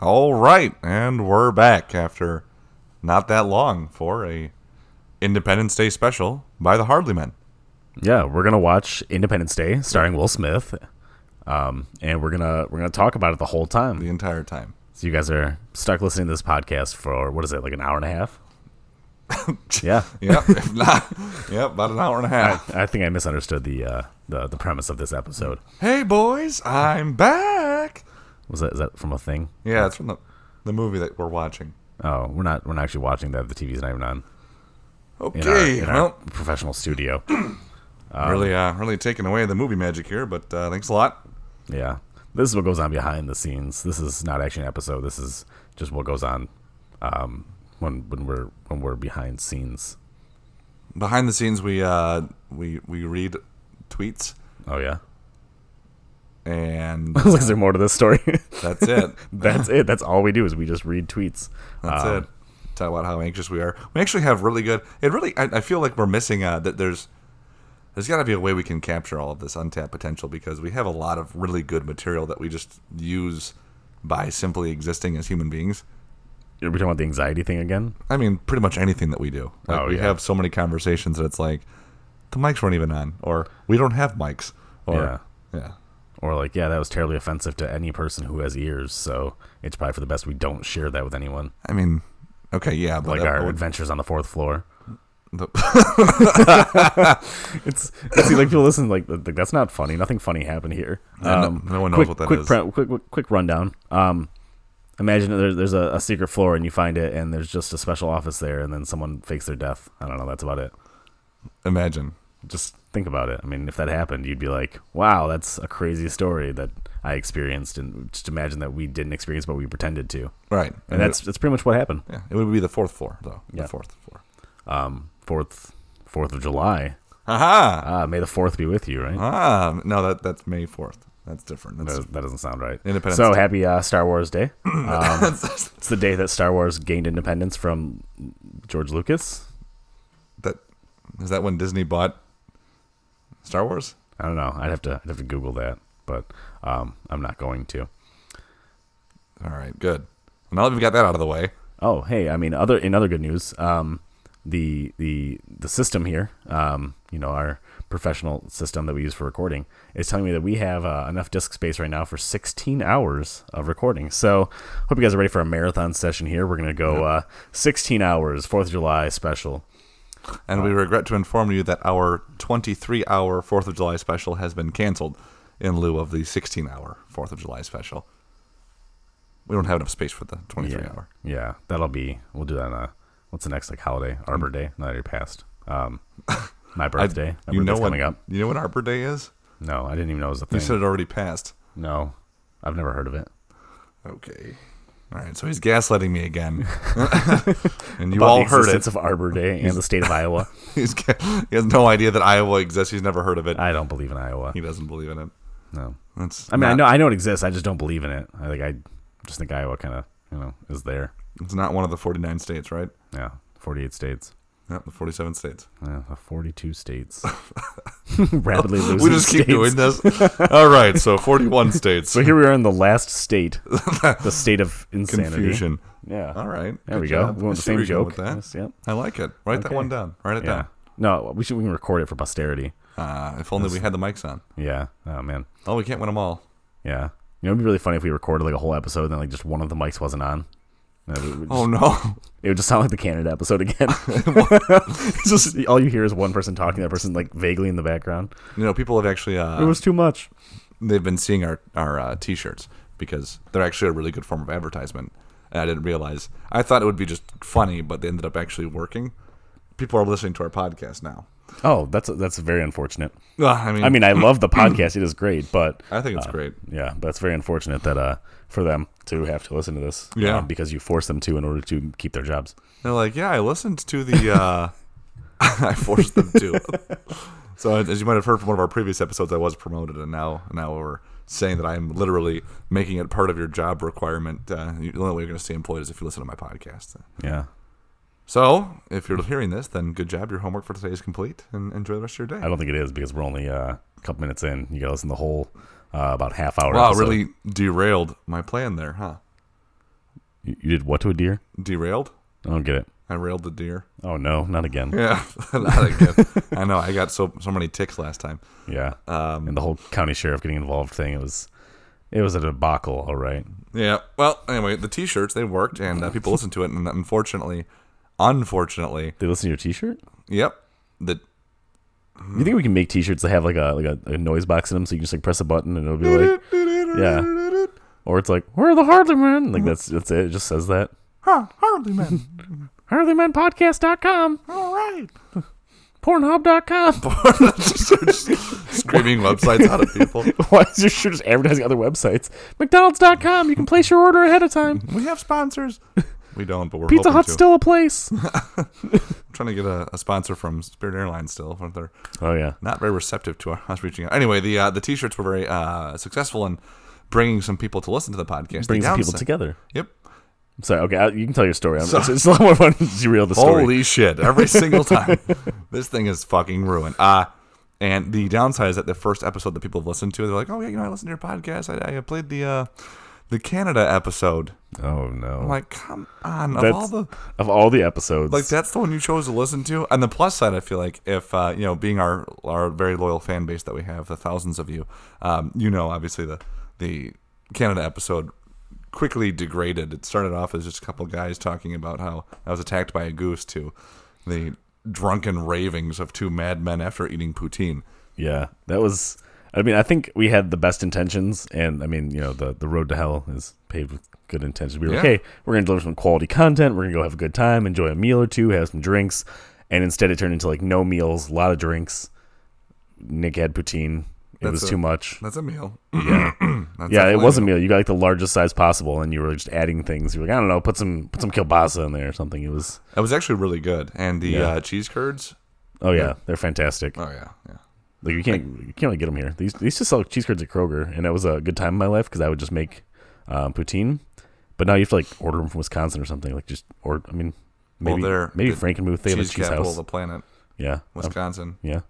All right, and we're back after not that long for a Independence Day special by the Hardly Men. Yeah, we're gonna watch Independence Day starring Will Smith, um, and we're gonna we're gonna talk about it the whole time. The entire time, So you guys are stuck listening to this podcast for what is it, like an hour and a half? yeah, yep, if not, yep, about an hour and a half. I think I misunderstood the uh, the the premise of this episode. Hey, boys, I'm back. Was that is that from a thing? Yeah, it's from the the movie that we're watching. Oh, we're not we're not actually watching that. The TV's not even on in, our, Okay, in our well, professional studio. really, uh, really taking away the movie magic here, but uh, thanks a lot. yeah, this is what goes on behind the scenes. This is not actually an episode. This is just what goes on um, when when we're when we're behind scenes. Behind the scenes, we uh, we we read tweets, Oh yeah, and I was like, is there more to this story? that's it. That's it. That's all we do is we just read tweets. That's Um, it. Talk about how anxious we are. We actually have really good. It really. I, I feel like we're missing uh, that. There's there's got to be a way we can capture all of this untapped potential because we have a lot of really good material that we just use by simply existing as human beings. Are we talking about the anxiety thing again? I mean, pretty much anything that we do. Like, Oh, we yeah. have so many conversations that it's like the mics weren't even on, or we don't have mics, or yeah, Or like, yeah, that was terribly offensive to any person who has ears. So it's probably for the best we don't share that with anyone. I mean, okay, yeah, but Like that- our but adventures on the fourth floor. the- It's see, like people listen, like, like that's not funny. Nothing funny happened here. Um, Yeah, no- no one knows quick, what that quick is. pre- quick, quick, quick rundown. Um, imagine there, there's a, a secret floor and you find it, and there's just a special office there, and then someone fakes their death. I don't know. That's about it. imagine. just think about it. I mean, if that happened, you'd be like, "Wow, that's a crazy story that I experienced," and just imagine that we didn't experience, but we pretended to. Right, And that's that's pretty much what happened. yeah, it would be the fourth floor though. Yeah. The fourth floor. Um, fourth Fourth of July. Aha! Ah, May the Fourth be with you, right? Ah, no, that that's May fourth. That's different. That's, That, that doesn't sound right. Independence So Day. happy uh, Star Wars Day. Um, it's the day that Star Wars gained independence from George Lucas. that is that when Disney bought Star Wars. I don't know. I'd have to I'd have to Google that, but um, I'm not going to. All right, good. Now that we've got that out of the way, Oh, hey, I mean, other in other good news, um, the the the system here, um, you know, our professional system that we use for recording is telling me that we have uh, enough disk space right now for 16 hours of recording. So, hope you guys are ready for a marathon session here. We're gonna go uh, 16 hours, Fourth of July special. and we regret to inform you that our 23-hour Fourth of July special has been canceled in lieu of the 16-hour Fourth of July special. We don't have enough space for the 23-hour. Yeah, that'll be. We'll do that on a what's the next like holiday? Arbor Day? No, that already passed. Um, my birthday. my Mm. you know birthday's what? coming up. You know what Arbor Day is? No, I didn't even know it was a You thing. said it already passed. no, I've never heard of it. Okay. All right, so he's gaslighting me again, and you about all the heard it. existence of Arbor Day and the state of Iowa. He's, ca- he has no idea that Iowa exists. He's never heard of it. I don't believe in Iowa. He doesn't believe in it. No, That's I mean I not- know I know it exists. I just don't believe in it. I think I just think Iowa kind of you know is there. it's not one of the 49 states, right? Yeah, forty-eight states, Yep, the 47 states. yeah, forty-two states, rapidly losing. We just keep states. doing this. All right, so 41 states. So here we are in the last state, the state of insanity. Confusion. Yeah. All right. There good we go. job. We want the I see where same you're going joke. With that. Yes, yep. I like it. Write that Okay. one down. Write it Yeah. No, we should we can record it for posterity. down. Uh, if only we had the mics on. Yeah. Oh man. Oh, we can't win them all. Yeah. You know, it'd be really funny if we recorded like a whole episode and then like just one of the mics wasn't on. And then we- we Oh, no. It would just sound like the Canada episode again. It's just all you hear is one person talking, that person like vaguely in the background. You know, people have actually, it uh, was too much. they've been seeing our, our uh, t shirts because they're actually a really good form of advertisement. And I didn't realize. I thought it would be just funny, but they ended up actually working. People are listening to our podcast now. Oh, that's that's very unfortunate. Uh, I mean, uh, I mean, I love the podcast; it is great, but I think it's great. yeah, that's very unfortunate that uh for them to have to listen to this. Yeah. um, because you force them to in order to keep their jobs. They're like, yeah, I listened to the. Uh, I forced them to. so as you might have heard from one of our previous episodes, I was promoted, and now now we're saying that I'm literally making it part of your job requirement. Uh, you- the only way you're going to stay employed is if you listen to my podcast. Yeah, So if you're hearing this, then good job. Your homework for today is complete, and enjoy the rest of your I day. don't think it is because we're only uh, a couple minutes in. You gotta listen to the whole uh, about half hour. Wow, episode. really derailed my plan there, huh? You, you did what to a deer? Derailed. I don't get it. I railed the deer. Oh no, not again. Yeah, not again. I know. I got so so many ticks last time. Yeah. Um, and the whole county sheriff getting involved thing. It was, it was a debacle. All right. Yeah. Well, anyway, the T-shirts they worked, and uh, people listened to it, and unfortunately, unfortunately, They listen to your T-shirt. yep. The You think we can make T-shirts that have like a like a, a noise box in them, so you can just like press a button and it'll be like, yeah. Or it's like, where are the Harley Men? Like that's that's it. It just says that. huh, hardly men. HarleyMenPodcast.com, All right. Pornhub.com. Screaming websites out of people. Why is your shirt just advertising other websites? McDonald's.com. You can place your order ahead of time. We have sponsors. We don't, but we're Pizza hoping Hut's to. still a place. I'm trying to get a, a sponsor from Spirit Airlines still, but they're Oh yeah. not very receptive to us reaching out. Anyway, the uh, the T-shirts were very uh, successful in bringing some people to listen to the podcast. They Brings the people downsi- together. Yep. I'm sorry. Okay, I, you can tell your story. I'm, it's, it's a lot more fun to reel the story. Holy shit. Every single time. this thing is fucking ruined. Uh, and the downside is that the first episode that people have listened to, they're like, oh, yeah, you know, I listened to your podcast. I, I played the uh, the Canada episode. oh no! I'm like, come on. Of That's- all the, of all the episodes, like, that's the one you chose to listen to. And the plus side, I feel like, if, uh, you know, being our, our very loyal fan base that we have, the thousands of you, um, you know, obviously the, the Canada episode quickly degraded. It started off as just a couple guys talking about how I was attacked by a goose to the drunken ravings of two madmen after eating poutine. yeah, that was. I mean, I think we had the best intentions, and I mean, you know, the the road to hell is paved with good intentions. We were Yeah. like, hey, we're gonna deliver some quality content. We're gonna go have a good time, enjoy a meal or two, have some drinks, and instead it turned into like no meals, a lot of drinks. Nick had poutine. It That's was a- too much. That's a meal. Yeah. That's yeah, it definitely was a meal. You got like the largest size possible, and you were just adding things. You were like, I don't know, put some put some kielbasa in there or something. It was, It was actually really good. And the Yeah. uh, cheese curds. oh yeah, they're fantastic. Oh yeah, yeah. Like you can't you can't really get them here. These these just sell cheese curds at Kroger, and that was a good time in my life because I would just make um, poutine. But now you have to like order them from Wisconsin or something. Like just or I mean Well, maybe they're maybe the Frankenmuth they have a cheese cheese capital of house. the planet, yeah, Um, Wisconsin. yeah,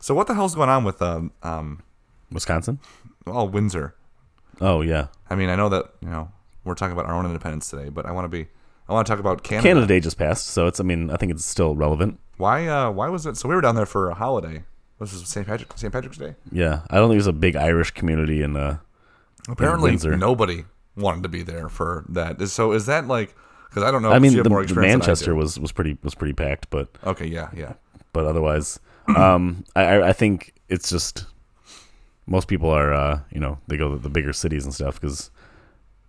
So what the hell's going on with um, um Wisconsin. well Windsor? Oh yeah, I mean, I know that you know we're talking about our own independence today, but I want to be. I want to talk about Canada. Canada Day just passed, so it's I mean I think it's still relevant. Why? Uh, why was it? So we were down there for a holiday. This is St. Patrick, St. Patrick's Day. Yeah, I don't think there's a big Irish community in uh Apparently, Windsor. nobody wanted to be there for that. So is that like? Because I don't know. I if mean you the, have more the experience than I Manchester was was pretty was pretty packed, but do. Okay, yeah, yeah. but otherwise, um, I, I I think it's just most people are, uh, you know, they go to the bigger cities and stuff because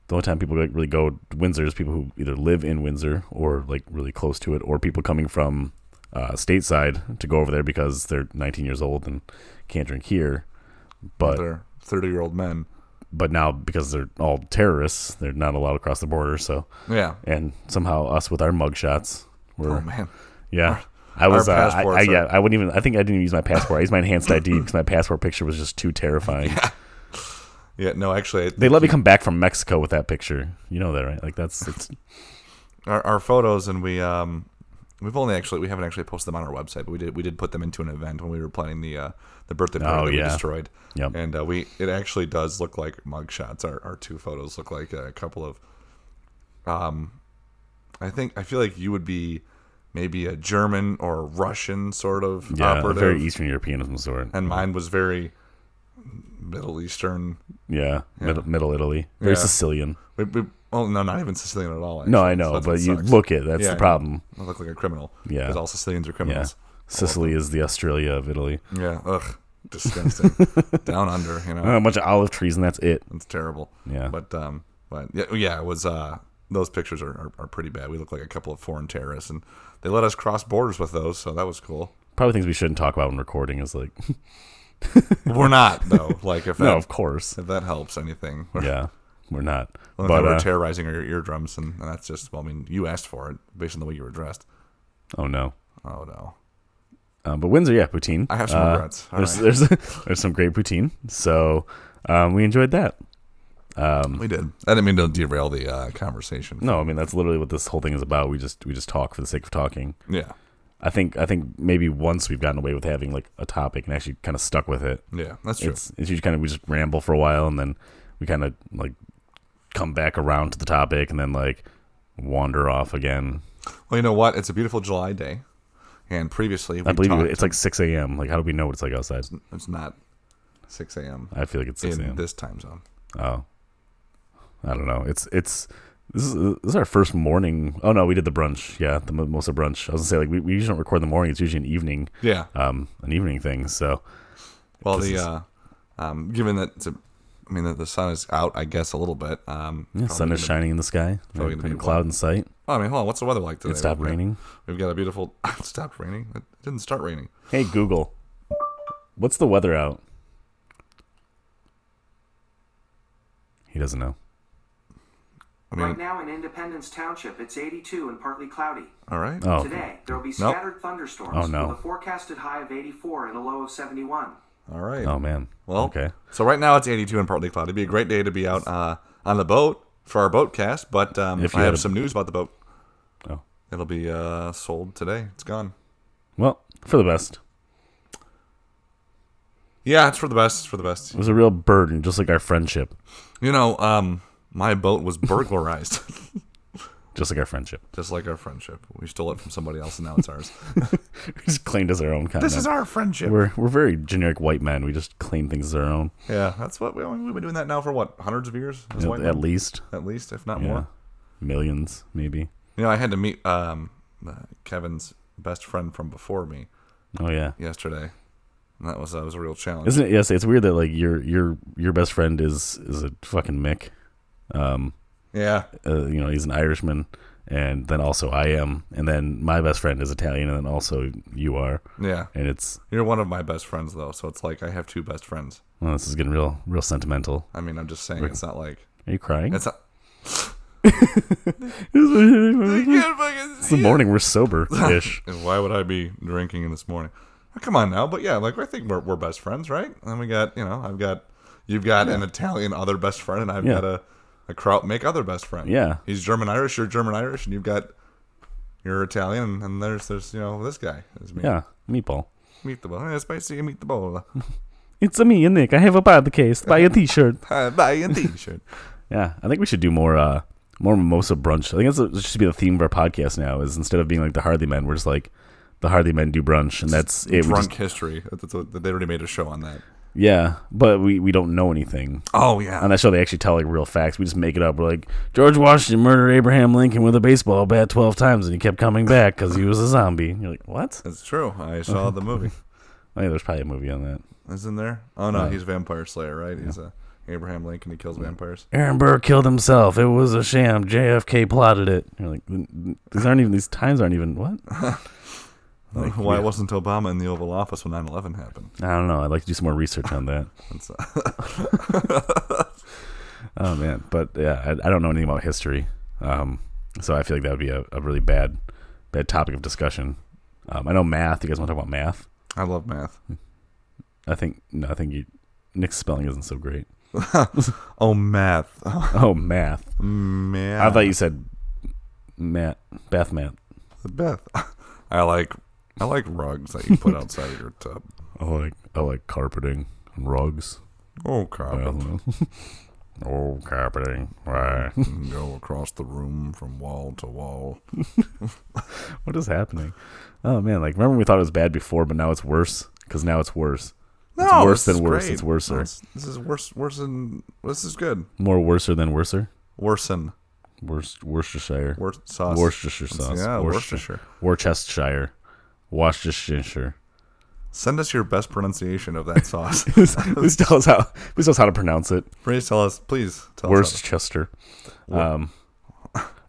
the only time people like, really go to Windsor is people who either live in Windsor or like really close to it, or people coming from uh, stateside to go over there because they're 19 years old and can't drink here. But They're thirty-year-old men. but now because they're all terrorists, they're not allowed across the border. So Yeah. and somehow us with our mugshots, we're Oh man. yeah. I was, uh, our I, I, passports are- yeah, I wouldn't even, I think I didn't even use my passport. I used my enhanced ID because my passport picture was just too terrifying. Yeah. No, actually, They let me come back from Mexico with that picture. You know that, right? Like that's, it's, our, our photos and we um we've only actually we haven't actually posted them on our website, but we did we did put them into an event when we were planning the uh, the birthday party Oh, that yeah. we destroyed. Yep. And uh, we it actually does look like mugshots. Our our two photos look like a couple of um I think I feel like you would be maybe a German or Russian sort of yeah, operative. very Eastern European of some sort. and mine was very Middle Eastern. yeah, Middle, middle Italy, very Yeah. Sicilian. We, we, well, no, not even Sicilian at all. actually, No, I so know, that's but what you sucks. look it. That's Yeah, the yeah. problem. I look like a criminal. Yeah. because all Sicilians are Yeah. criminals. Sicily is the Australia of Italy. Yeah. Ugh. Disgusting. Down under, you know. Uh, a bunch of olive trees and that's it. It's terrible. Yeah. But um but yeah, yeah, it was uh those pictures are, are, are pretty bad. We look like a couple of foreign terrorists and they let us cross borders with those, so that was cool. Probably things we shouldn't talk about when recording is like, We're not though. Like if that, no, of course. if that helps anything. We're, Yeah, we're not. we're- but, we're uh, terrorizing our eardrums and, and that's just well, I mean, you asked for it based on the way you were dressed. oh no. Oh no. Um, but Windsor, yeah, poutine. Uh, I have some regrets. All There's, there's there's some great poutine, so um, we enjoyed that. We did. I didn't mean to derail the uh, conversation. Um, No, I mean that's literally what this whole thing is about. We just we just talk for the sake of talking. Yeah. I think I think maybe once we've gotten away with having like a topic and actually kind of stuck with it. Yeah, that's true. It's it's usually kind of we just ramble for a while and then we kind of like come back around to the topic and then like wander off again. Well, you know what? It's a beautiful July day, and previously we I believe talked, you, it's like 6 a.m. Like, how do we know what it's like outside? it's not 6 a.m. I feel like it's 6 in a.m. this time zone. Oh, I don't know. It's it's this is this is our first morning. Oh no, we did the brunch. Yeah, the mimosa brunch. I was gonna say like we, we usually don't record in the morning. It's usually an evening, Yeah. um, an evening thing. So Well, the This is- uh, um, given that it's a, I mean that the sun is out, I guess a little bit. Um, yeah, sun probably is shining in the sky. probably Probably gonna be cloud in sight. Oh, I mean, hold on. What's the weather like today? It stopped We've got- raining. We've got a beautiful. It stopped raining. It didn't start raining. Hey Google, what's the weather out? He doesn't know. I mean, Right now in Independence Township, it's 82 and partly cloudy. all right. Oh, Today, there will be scattered thunderstorms Oh, no. with a forecasted high of 84 and a low of 71. All right. oh man. well, okay. So right now it's 82 and partly cloudy. It'd be a great day to be out uh, on the boat for our boat cast. But um, If you I had have a- some news about the boat. Oh. It'll be uh, sold today. It's gone. Well, for the best. Yeah, it's for the best. It's for the best. It was a real burden, just like our friendship, You know, um, my boat was burglarized, just like our friendship. just like our friendship. We stole it from somebody else, and now it's ours. just claimed as our own kind. this is our friendship. We're we're very generic white men. We just claim things as our own, yeah, that's what we, we've been doing that now for what hundreds of years, as at, white at men? least. at least, if not Yeah, more. millions maybe. You know, I had to meet um, uh, Kevin's best friend from before me Oh yeah, yesterday, and that was that was a real challenge. isn't it? Yes, it's weird that like your your your best friend is is a fucking Mick. Um, yeah, uh, you know he's an Irishman, and then also I am, and then my best friend is Italian, and then also you are, yeah. and it's You're one of my best friends though, so it's like I have two best friends. well, this is getting real real sentimental. I mean, I'm just saying, it's not like Are you crying? it's not. it's can't fucking the morning. We're sober ish. And why would I be drinking in this morning? Oh, come on now, but yeah, like I think we're, we're best friends, right? And then we got you know I've got you've got an Italian other best friend, and I've Yeah. got a a Kraut make other best friend. Yeah. he's German Irish, you're German Irish, and you've got you're Italian, and there's there's you know this guy is me. yeah, meatball. meet the bowl, spicy meet the bowl, It's a me, Nick. I have a podcast. Buy a T-shirt. Hi, buy a t-shirt. Yeah, I think we should do more uh more mimosa brunch. I think that's a, that should be the theme of our podcast now. Is instead of being like the Harley Men, we're just like the Harley Men do brunch, and that's it. We Drunk just, history. That's what, they already made a show on that. yeah, but we we don't know anything. Oh yeah, On that show, they actually tell like real facts. We just make it up. We're like George Washington murdered Abraham Lincoln with a baseball bat twelve times, and he kept coming back because he was a zombie. And you're like, what? that's true. I Uh-huh. saw the movie. Oh, yeah, there's probably a movie on that. Is in there? Oh Uh-huh. no, he's a vampire slayer, right? He's a Abraham Lincoln. He kills vampires. Aaron Burr killed himself. It was a sham. JFK plotted it. And You're like, these aren't even these times aren't even what? Like, Why yeah. wasn't Obama in the Oval Office when 9 11 happened? I don't know. I'd like to do some more research on that. That's, uh, Oh man, but yeah, I, I don't know anything about history, um, so I feel like that would be a, a really bad, bad topic of discussion. Um, I know math. You guys want to talk about math? I love math. I think no, I think you, Nick's spelling isn't so great. Oh, math. Oh, Oh, math. man. I thought you said mat, bath mat. Beth. I like. I like rugs that you put outside of your tub. I like I like carpeting and rugs. Oh, I carpet. don't know. oh, carpeting. Why? And Go across the room from wall to wall. what is happening? Oh man, like remember we thought it was bad before, but now it's worse because now it's worse. No, worse this than is worse. great. It's worser. No, it's- This is worse. Worse than. This is good. More worser than worser. Worse than. Worcest, Worcestershire. Worse sauce. Worcestershire sauce. Yeah, Worcestershire. Worcestershire. Worcestershire. Send us your best pronunciation of that sauce. please tell us how. Please tell us how to pronounce it. please tell us. Please tell us. how to- Worcester. Um.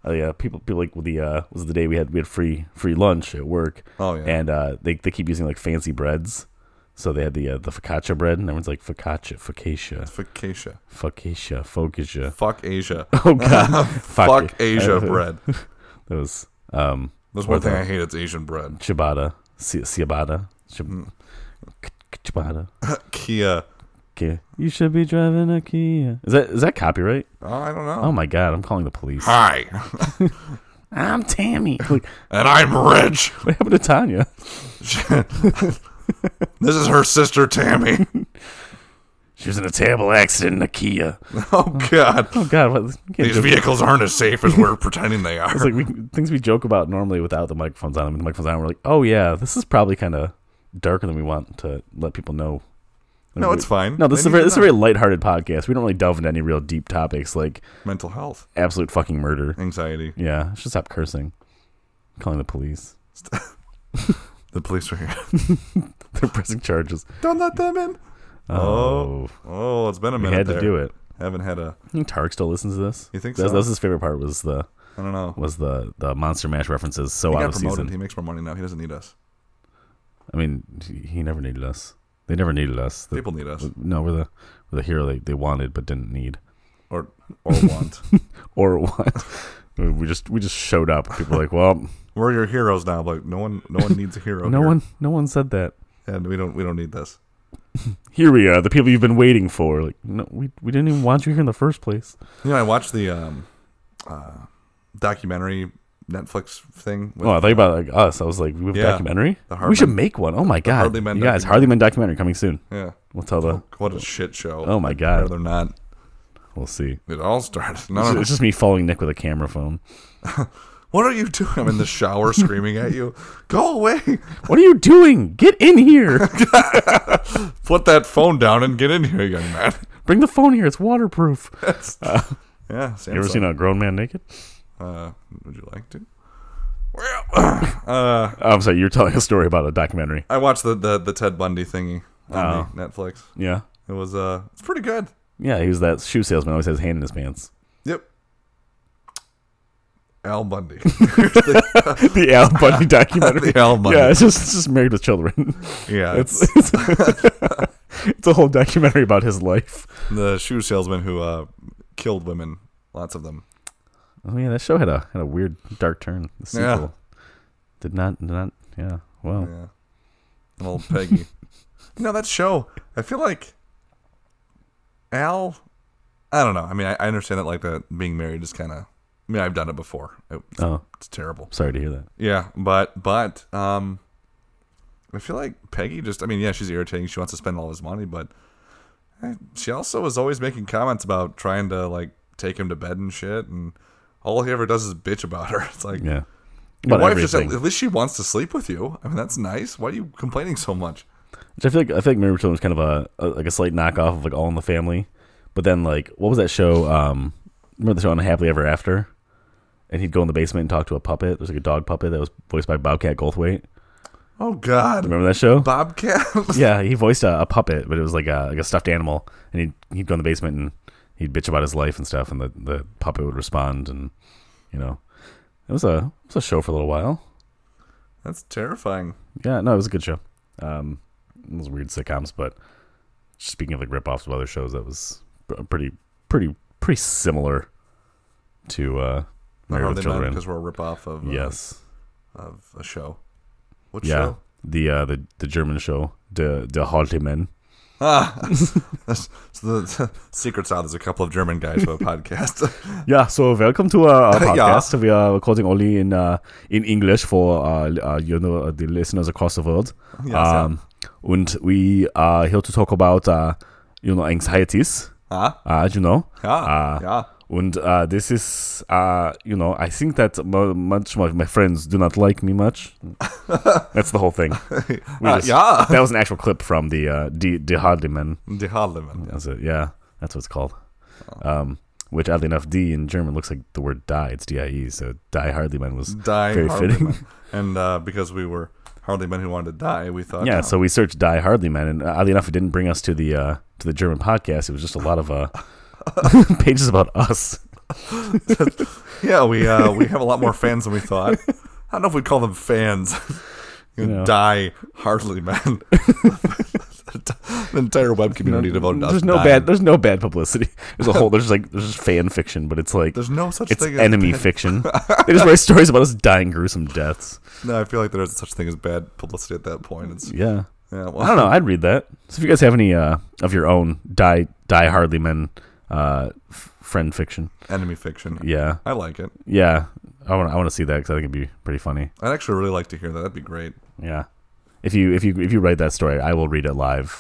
oh, yeah, people people like the uh was the day we had we had free free lunch at work. Oh, yeah. And uh, they they keep using like fancy breads. So they had the uh, the focaccia bread, and everyone's like focaccia, focaccia, Focaccia. focaccia, focaccia. Fuck Asia. Oh god, Fuck, it. Asia bread. That was um That's one Well thing done. I hate. It's Asian bread. ciabatta, ci- ciabatta, Mm. Ciab- c- ciabatta. Kia. Kia. You should be driving a Kia. Is that is that copyright? Oh, I don't Oh know. my god, I'm calling the police. Hi, I'm Tammy. Like, and I'm rich. what happened to Tanya? this is her sister Tammy. She was in a terrible accident in a Kia. Oh God, Oh God, what? we can't these joke- vehicles aren't as safe as we're pretending they are. It's like we, things we joke about normally without the microphones on them. With the microphones on, we're like, oh yeah, this is probably kind of darker than we want to let people know. No, it's fine. No, this is They a very, need this is to a know. very lighthearted podcast. We don't really delve into any real deep topics like mental health, absolute fucking murder. anxiety. Yeah, I should stop cursing, calling the police, The police are here. they're pressing charges. Don't let them in. Oh, Oh, it's been a we minute. had there. to do it. Haven't had a. You think Tark still listens to this? You think that, so? That was his favorite part. Was the I don't know. was the the Monster Mash references so he out got of promoted. season? He makes more money now. He doesn't need us. I mean, he, he never needed us. They never needed us. The- People need us, No, we're the we're the hero they, they wanted but didn't need or or want. or want. we just we just showed up. People were like, well, We're your heroes now, but no one no one needs a hero. no here. one no one said that. and we don't we don't need this. Here we are, the people you've been waiting for. Like, no, we we didn't even want you here in the first place. You know, I watched the um, uh, documentary Netflix thing. With, Oh, I thought about like us. I was like, we have a Yeah. documentary. The We Hardman- should make one. Oh my god, Hardly Men you guys, documentary. Harley Man documentary coming soon. yeah. We'll tell the. What a shit show. Oh my I'd god, rather not. we'll see. It all started. No, It's no, ju- no. it's just me following Nick with a camera phone. What are you doing? I'm in the shower screaming at you. Go away. What are you doing? Get in here. Put that phone down and get in here, young man. Bring the phone here. It's waterproof. Yeah. Samsung. You ever seen a grown man naked? Uh, would you like to? Well, Oh, I'm sorry, you're telling a story about a documentary. I watched the, the, the Ted Bundy thingy Oh. on the Netflix. Yeah. It was uh, it's pretty good. Yeah, he was that shoe salesman. Always has his hand in his pants. Yep. Al Bundy. the Al Bundy documentary. The Al Bundy. Yeah, it's just it's just married with children. Yeah, it's it's, it's a whole documentary about his life. the shoe salesman who uh, killed women, lots of them. Oh yeah, that show had a had a weird dark turn. The sequel Yeah. did not did not. Yeah. Well, Yeah, and old Peggy. you know that show. I feel like Al. I don't know. I mean, I, I understand that like that being married is kind of. I mean, I've done it before. It- oh, it's terrible. sorry to hear that. Yeah, but but um, I feel like Peggy just. I mean, yeah, she's irritating. She wants to spend all his money, but eh, she also is always making comments about trying to like take him to bed and shit, and all he ever does is bitch about her. It's like Yeah. your About wife just at everything. least she wants to sleep with you. I mean, that's nice. Why are you complaining so much? Which I feel like I feel like Married with Children was kind of a, a like a slight knockoff of like All in the Family, but then like what was that show? Um, remember the show on Happily Ever After? And he'd go in the basement and talk to a puppet. There's like a dog puppet that was voiced by Bobcat Goldthwait. Oh God, Remember that show? Bobcat. yeah, he voiced a, a puppet, but it was like a like a stuffed animal, and he'd he'd go in the basement and he'd bitch about his life and stuff, and the, the puppet would respond, and you know, it was a it was a show for a little while. that's terrifying. Yeah, no, it was a good show. Um, it was weird sitcoms, but speaking of like ripoffs of other shows, that was p- pretty, pretty, pretty similar to uh, Married with Children. because we're a ripoff of uh, Yes, of a show. What yeah, show? the uh, the the German show, De De Halte Men. Ah. That's- so the secret south is a couple of German guys who have a podcast. Yeah, so welcome to uh, our, our Yeah. podcast. We are recording only in uh, in English for uh, uh, you know the listeners across the world. Yes, yeah. um, and we are here to talk about uh, you know anxieties. Ah, Uh, you know, yeah, Uh, yeah. And uh, this is, uh, you know, I think that mo- much of my friends do not like me much. That's the whole thing. We Uh, yeah. That was an actual clip from the uh, De, De Hardeman. Die Harleman. That's it. Yeah, that's what it's called. Oh. Um, which, oddly enough, D in German looks like the word die. It's D-I-E. So Die Hardeman was Die very fitting. Harleman. And uh, because we were hardly men who wanted to die, we thought, yeah, oh, so we searched Die Hardeman. And uh, oddly enough, it didn't bring us to the uh, to the German podcast. It was just a lot of uh, pages about us. yeah, we uh, we have a lot more fans than we thought. I don't know if we'd call them fans. you know. Die hardly men. the entire web community devoted to us. there's no dying. bad there's no bad publicity there's a whole there's like there's just fan fiction but it's like There's no such it's thing. enemy As fiction they just write stories about us dying gruesome deaths bad. No, I feel like there is such thing as bad publicity at that point. It's yeah yeah. Well, i don't know i'd read that so if you guys have any uh of your own die die hardly men uh f- friend fiction Enemy fiction. yeah I like it. yeah i want i want to see that because i think it'd be pretty funny I'd actually really like to hear that. That'd be great. yeah if you if you if you write that story i will read it live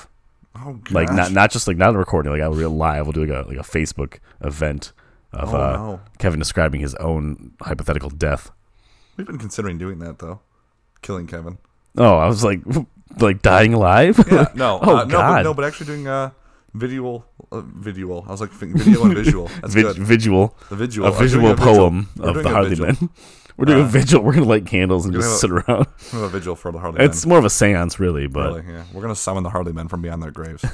Oh, gosh. like not not just like not a recording like a real live we'll do like a like a facebook event of Oh, uh, no. kevin describing his own hypothetical death We've been considering doing that though, killing Kevin. oh i was like like dying alive Yeah, no, oh uh, no, god but, no, but actually doing uh, visual, uh, visual. I was like think video and visual. That's Vid- good. visual The vigil. a I'm doing visual a vigil. poem We're of doing the a harley vigil. men we're doing a vigil we're gonna light candles and we're just sit gonna around We have a vigil for the Harley it's Men. more of a seance really but Really, yeah. We're gonna summon the Harley Men from beyond their graves.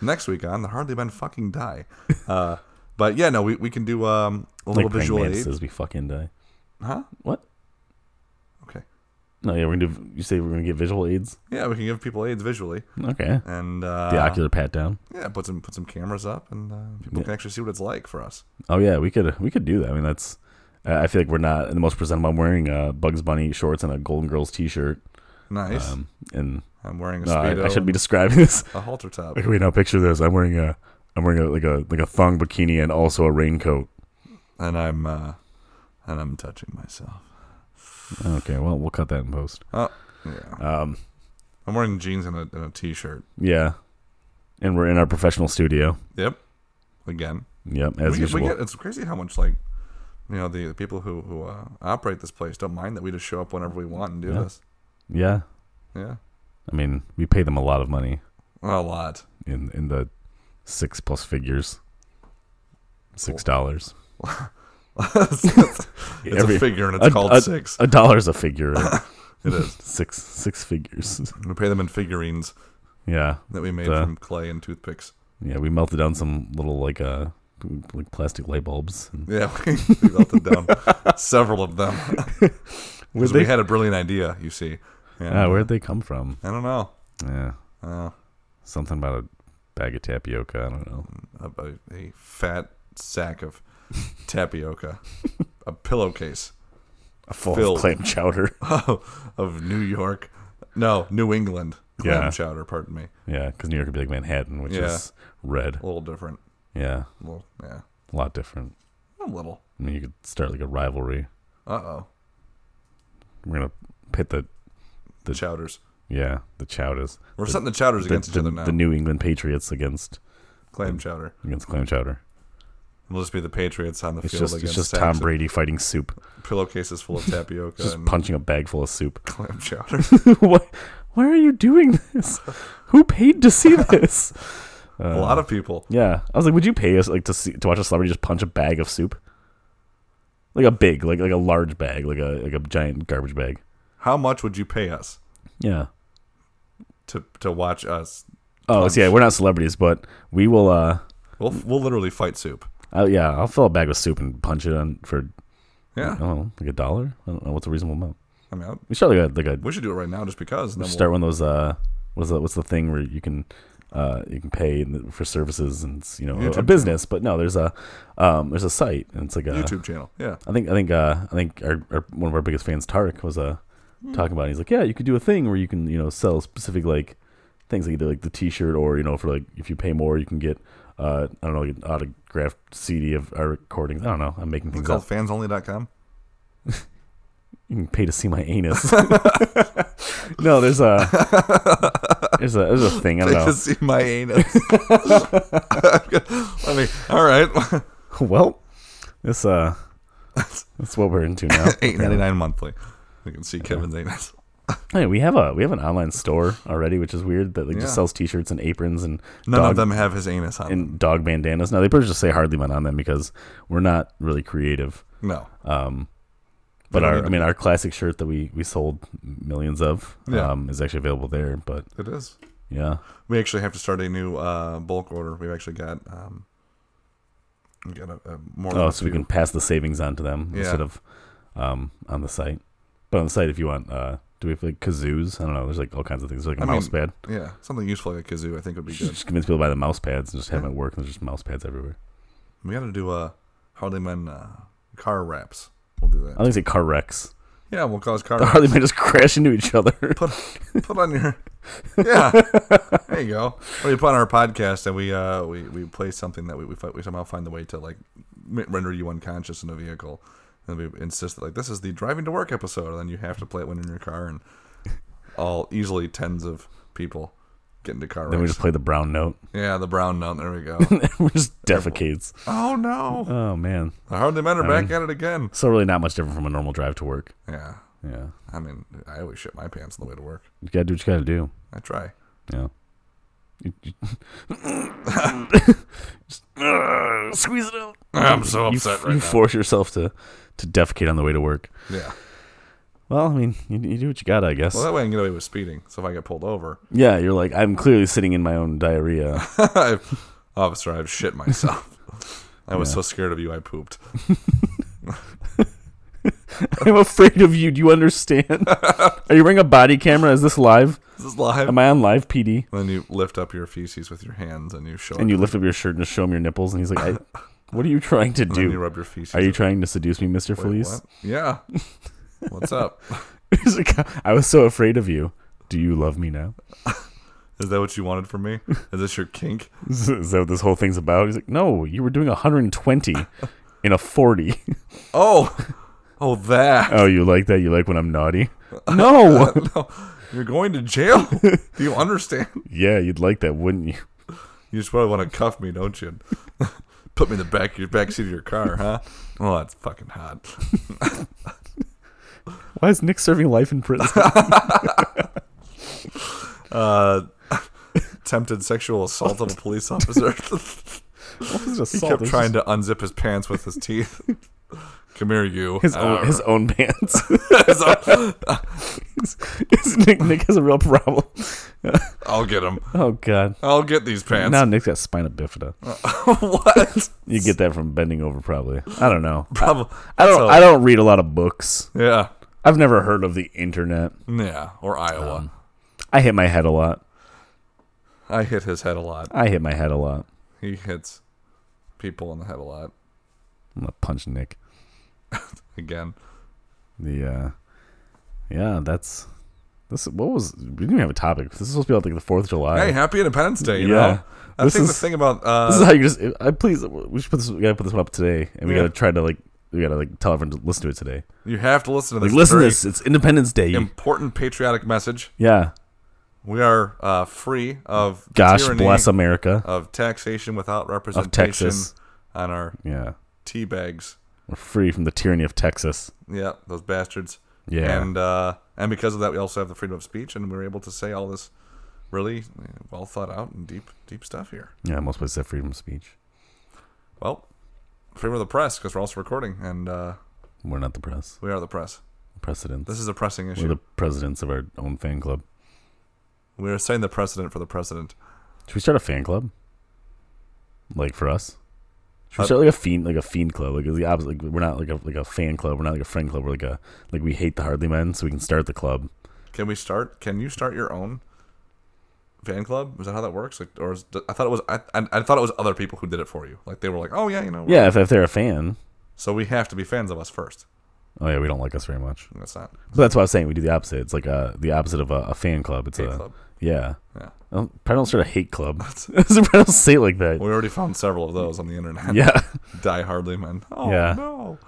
Next week on the Harley Men fucking die. Uh, but yeah, no, we, we can do um, a little like Rain visual Man aid. says we fucking die Huh? what Okay. no yeah we're gonna do you say we're gonna get visual aids Yeah, we can give people aids visually, okay and uh, the ocular pat down yeah, put some put some cameras up, and uh, people can actually see what it's like for us. Oh yeah, we could we could do that. I mean, that's uh, I feel like we're not the most presentable. I'm wearing uh, Bugs Bunny shorts and a Golden Girls T-shirt, Nice. um, and I'm wearing a no, I, speedo, I should be describing this. a halter top. Like, wait, now picture this. I'm wearing a I'm wearing a, like a like a thong bikini and also a raincoat. and I'm uh, and I'm touching myself. Okay, well we'll cut that in post. Oh, yeah. Um, I'm wearing jeans and a, and a t-shirt. yeah, and we're in our professional studio. Yep. Again, Yep, as we, get- usual. we get it's crazy how much like you know the, the people who who uh, operate this place don't mind that we just show up whenever we want and do Yeah. this. yeah, Yeah, I mean we pay them a lot of money a lot. in in the six plus figures, six dollars. it's it's Every- a figure and it's called a, six. A dollar's a figure. it is. six six figures. We pay them in figurines Yeah, that we made Duh. from clay and toothpicks. yeah. We melted down some little like uh like plastic light bulbs. And Yeah, we, we melted down several of them. 'Cause they- we had a brilliant idea, you see. Yeah. Ah, where'd they come from? I don't know. Yeah, Uh, something about a bag of tapioca. I don't know. a, a, a fat sack of tapioca, a pillowcase A full Filled. clam chowder. of New York, no, New England clam Yeah. chowder. Pardon me, yeah, because New York would be like Manhattan, which Yeah. is red. a little different. Yeah, A little, yeah, a lot different. a little. I mean, you could start like a rivalry. Uh oh, We're gonna pit the the chowders. yeah the chowders. We're setting the chowders The, against each the, other now. the New England Patriots against clam chowder. against clam chowder. We'll just be the Patriots on the It's field just it's against just sacks Tom of Brady fighting soup, pillowcases full of tapioca just and punching a bag full of soup. clam chowder. why, why are you doing this? Who paid to see this? Uh, a lot of people. Yeah, I was like, would you pay us like to see to watch a celebrity just punch a bag of soup? Like a big, like like a large bag, like a like a giant garbage bag. How much would you pay us Yeah. to to watch us? Oh, so yeah, we're not celebrities, but we will. uh We'll we'll literally fight soup. uh, yeah, I'll fill a bag with soup and punch it on for I Yeah, don't know, like a dollar. I don't know what's a reasonable amount. I mean, I- We start like a like a we should do it right now just because. and then start one of those. uh What's the what's the thing where you can uh you can pay in- for services and it's, you know a- a, YouTube. business, but no, there's a um there's a site and it's like a we'll, YouTube channel. Yeah. I think I think uh, I think our, our one of our biggest fans, Tarek, was uh, Hmm. talking about. It. He's like, yeah, you could do a thing where you can you know sell specific like things like either like the T-shirt or you know for like if you pay more, you can get uh, I don't know like an autographed CD of our recordings. I don't know. I'm making It's things called up. fansonly.com. You can pay to see my anus. no, there's a there's a there's a thing. I They don't can know. see my anus. I mean, all right. well, this uh, that's what we're into now. Eight ninety nine monthly. We can see Kevin's anus. Hey, we have a we have an online store already, which is weird. That like Yeah. just sells T-shirts and aprons and None dog, of them have his anus on. them. and dog bandanas. No, they probably just say Hardly Men on them because we're not really creative. um, No. But don't our need I to mean our classic shirt that we we sold millions of Yeah. um, is actually available there. But It is. yeah, We actually have to start a new uh, bulk order. We've actually got um, we got a, a more. than oh, a so we few. can pass the savings on to them Yeah. instead of um, on the site. But on the site, if you want, uh, do we have like kazoos? I don't know. There's like all kinds of things. There's, like a I mean, mouse pad. Yeah, something useful like a kazoo. I think would be good. Just convince people to buy the mouse pads and just have them at work. And there's just mouse pads everywhere. we got to do a Harley Men uh, car wraps. We'll do I that. think they say car wrecks. Yeah, we'll cause car. Uh, The wraps. Harley men just crash into each other. put put on your yeah. There you go. Or you put on our podcast and we uh we, we play something that we we, fi- we somehow find the way to like m- render you unconscious in a vehicle, and we insist that like this is the driving to work episode, and then you have to play it when in your car, and all easily tens of people get into car Then we wrecks. just play the brown note. yeah, the brown note. There we go. we just defecates. oh no! Oh man. I hardly men are back at it again. So really not much different from a normal drive to work. Yeah, Yeah. I mean, I always shit my pants on the way to work. You gotta do what you gotta do. I try. Yeah. You- you- Just, uh, squeeze it out. I'm so You, upset f- right you now. force yourself to, to defecate on the way to work. yeah. Well, I mean, you, you do what you gotta, I guess. Well, that way I can get away with speeding. So if I get pulled over, yeah, you're like, I'm clearly sitting in my own diarrhea. I've, officer, I've shit myself. I was so scared of you, I pooped. I'm afraid of you. Do you understand? Are you wearing a body camera? Is this live? This is live. Am I on live PD? then you lift up your feces with your hands and you show And it. you lift up your shirt and just show him your nipples, and he's like, I, "What are you trying to and then you do? rub your feces. Are you trying to seduce me, Mister Wait, Felice?" what? Yeah. What's up? He's like, I was so afraid of you. Do you love me now? Is that what you wanted from me? Is this your kink? Is is that what this whole thing's about? He's like, "No, you were doing 120 in a 40. Oh, oh, that. oh, you like that? You like when I'm naughty? No. No, you're going to jail. Do you understand? yeah, you'd like that, wouldn't you? You just probably want to cuff me, don't you? Put me in the back your back seat of your car, huh? Oh, that's fucking hot. Why is Nick serving life in prison? Uh, attempted sexual assault of a police officer. he kept trying to unzip his pants with his teeth. Come here, you. his Uh, own, his own pants. his own- Nick, Nick has a real problem. I'll get him. Oh God! I'll get these pants. Now Nick's got spina bifida. what? You get that from bending over, probably. I don't know. Probably. I don't. I don't read a lot of books. Yeah. I've never heard of the internet. Yeah. Or Iowa. Um. I hit my head a lot. I hit his head a lot. I hit my head a lot. He hits people in the head a lot. I'm gonna punch Nick. Again. The uh, yeah, that's this. What was we didn't even have a topic. This is supposed to be about like the Fourth of July. Hey, happy Independence Day, you Yeah. know? I This think the is- thing about this is uh, how you just. I please. We should put this. We gotta put this one up today, and we Yeah. gotta try to like. We gotta like tell everyone to listen to it today. you have to listen to Like, this. listen to very this. It's Independence Day. you- important patriotic message. Yeah. We are uh, free of the Gosh tyranny bless America. of taxation without representation Texas. on our yeah. tea bags. We're free from the tyranny of Texas. Yeah, those bastards. Yeah. And uh, and because of that, we also have the freedom of speech, and we're able to say all this really uh, well thought out and deep deep stuff here. Yeah, most places have freedom of speech. Well, freedom of the press because we're also recording, and uh, We're not the press. we are the press. Precedents. This is a pressing We're issue. the presidents of our own fan club. we are setting the precedent for the president. Should we start a fan club? Like for us? Should we Uh, start like a fiend like a fiend club? Like the opposite like we're not like a like a fan club, we're not like a friend club, we're like a like we hate the Hardly Men, so we can start the club. Can we start? Can you start your own fan club? Is that how that works? Like, or is, I thought it was I, I, I thought it was other people who did it for you. Like they were like, oh yeah, you know. we're-" Yeah, if, if they're a fan. So we have to be fans of us first. Oh yeah, we don't like us very much. That's not But that's what I was saying. We do the opposite. It's like a, the opposite of a, a fan club. It's Hate a club. yeah. yeah. I don't, probably don't start a hate club. Probably don't say it like that. We already found several of those on the internet. Yeah. Die Hardly Men. Oh Yeah. no.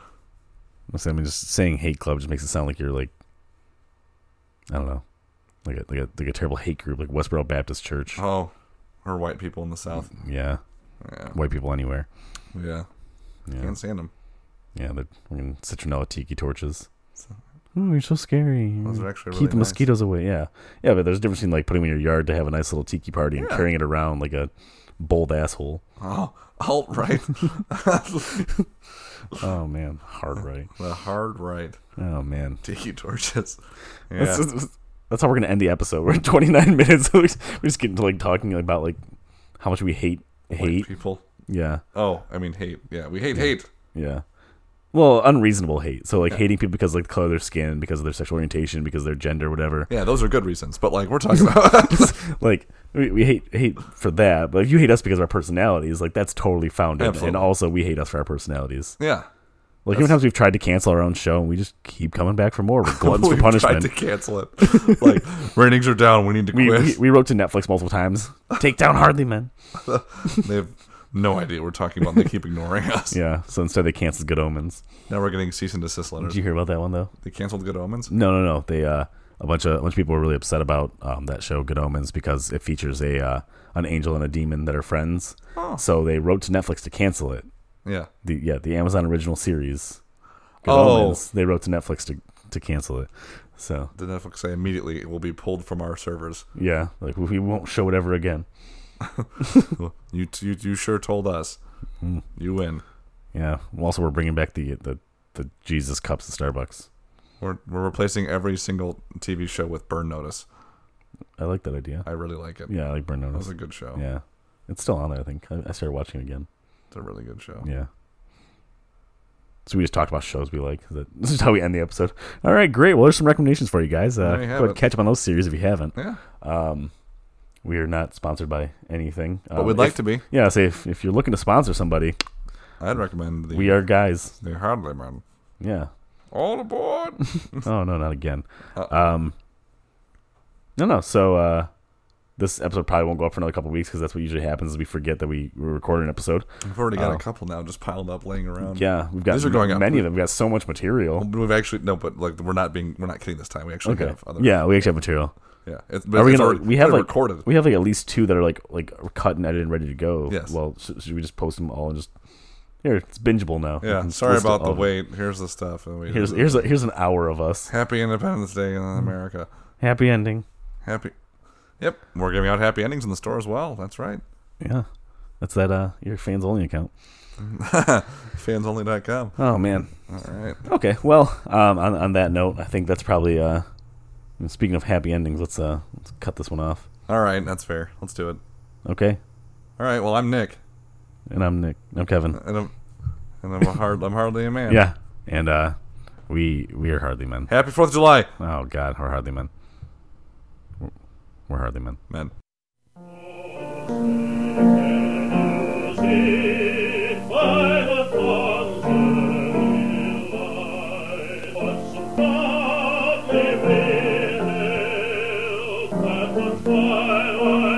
I mean, just saying hate club just makes it sound like you're like, I don't know, like a like a like a terrible hate group like Westboro Baptist Church. Oh, we're white people in the South. Yeah. white people anywhere. Yeah. Can't stand them. Yeah, they're fucking citronella tiki torches. Oh, you're so scary. Those are actually Keep really the nice. mosquitoes away. Yeah, yeah, but there's a difference between like putting them in your yard to have a nice little tiki party and carrying it around like a bold asshole. Oh, alt right. Oh man, hard right. the hard right. Oh man. Tiki torches. Yeah. That's, that's how we're gonna end the episode. We're at 29 minutes. we're just getting to like talking about like how much we hate hate. White people. Yeah, Oh, I mean hate. Yeah, we hate hate. yeah. Well, unreasonable hate. So like hating people because like the color of their skin, because of their sexual orientation, because of their gender, whatever. Yeah, those are good reasons, but like we're talking about like we, we hate hate for that. But if you hate us because of our personalities, like that's totally founded. And Absolutely. also we hate us for our personalities. Yeah. Like even times we've tried to cancel our own show and we just keep coming back for more. We're gluttons for We've punishment. tried to cancel it. like ratings are down, we need to we, quit. we, we wrote to Netflix multiple times. Take down Hardly Men. they have no idea we're talking about and they keep ignoring us. Yeah. So instead they canceled Good Omens. Now we're getting cease and desist letters. Did you hear about that one though? They canceled Good Omens. No, no, no. They uh a bunch of a bunch of people were really upset about um, that show Good Omens because it features a uh, an angel and a demon that are friends. So they wrote to Netflix to cancel it. Yeah. The yeah the Amazon original series. Good Oh. Omens, they wrote to Netflix to to cancel it. So Did Netflix say immediately it will be pulled from our servers? yeah, like we won't show it ever again. You you, you sure told us. Hmm. You win. Yeah. Also, we're bringing back the the, the Jesus cups at Starbucks. We're, we're replacing every single TV show with Burn Notice. I like that idea. I really like it. yeah, I like Burn That was Notice. a good show. Yeah, it's still on there. I think I, I started watching it again. It's a really good show. Yeah. So we just talked about shows we like. Is that- This is how we end the episode. All right, great. Well, there's some recommendations for you guys. Uh, There go you ahead have and it. catch up on those series if you haven't. Um, Yeah. We are not sponsored by anything, But we'd like to be. Yeah, say if, if you're looking to sponsor somebody, I'd recommend the, we are guys. the Hardly Man. Yeah. All aboard. oh no, not again. Um, no, no. So uh, this episode probably won't go up for another couple weeks because that's what usually happens. Is we forget that we we recorded an episode. We've already got a couple now just piled up laying around. Oh. Yeah, we've got Um, These are going up. many of them. We've got so much material. We've actually no, but like we're not being we're not kidding this time. Oh, We actually Okay. have other Yeah, we actually have material. yeah. It's, but Are we it's gonna? already- we have already like recorded. We have like at least two that are like like cut and edited and ready to go. Yes. Well, sh- should we just post them all and just here? It's bingeable now. You yeah. can Sorry list about all the of- wait. Here's the stuff. And we, Here's here's a, here's an hour of us. Happy Independence Day in America. Happy ending. Happy. Yep, we're giving out happy endings in the store as well. That's right. Yeah, that's that. Uh, your fans only account. Fansonly.com. Oh man, All right. Okay, well, um, on on that note, I think that's probably. Uh, and speaking of happy endings, let's uh, let's cut this one off. All right, that's fair. Let's do it. Okay, All right. Well, I'm Nick, and I'm Nick. I'm Kevin. and I'm and I'm a hard. I'm hardly a man. Yeah, and uh, we we are hardly men. Happy Fourth of July, Oh God, we're hardly men. We're- We're hardly men. man. Thank you.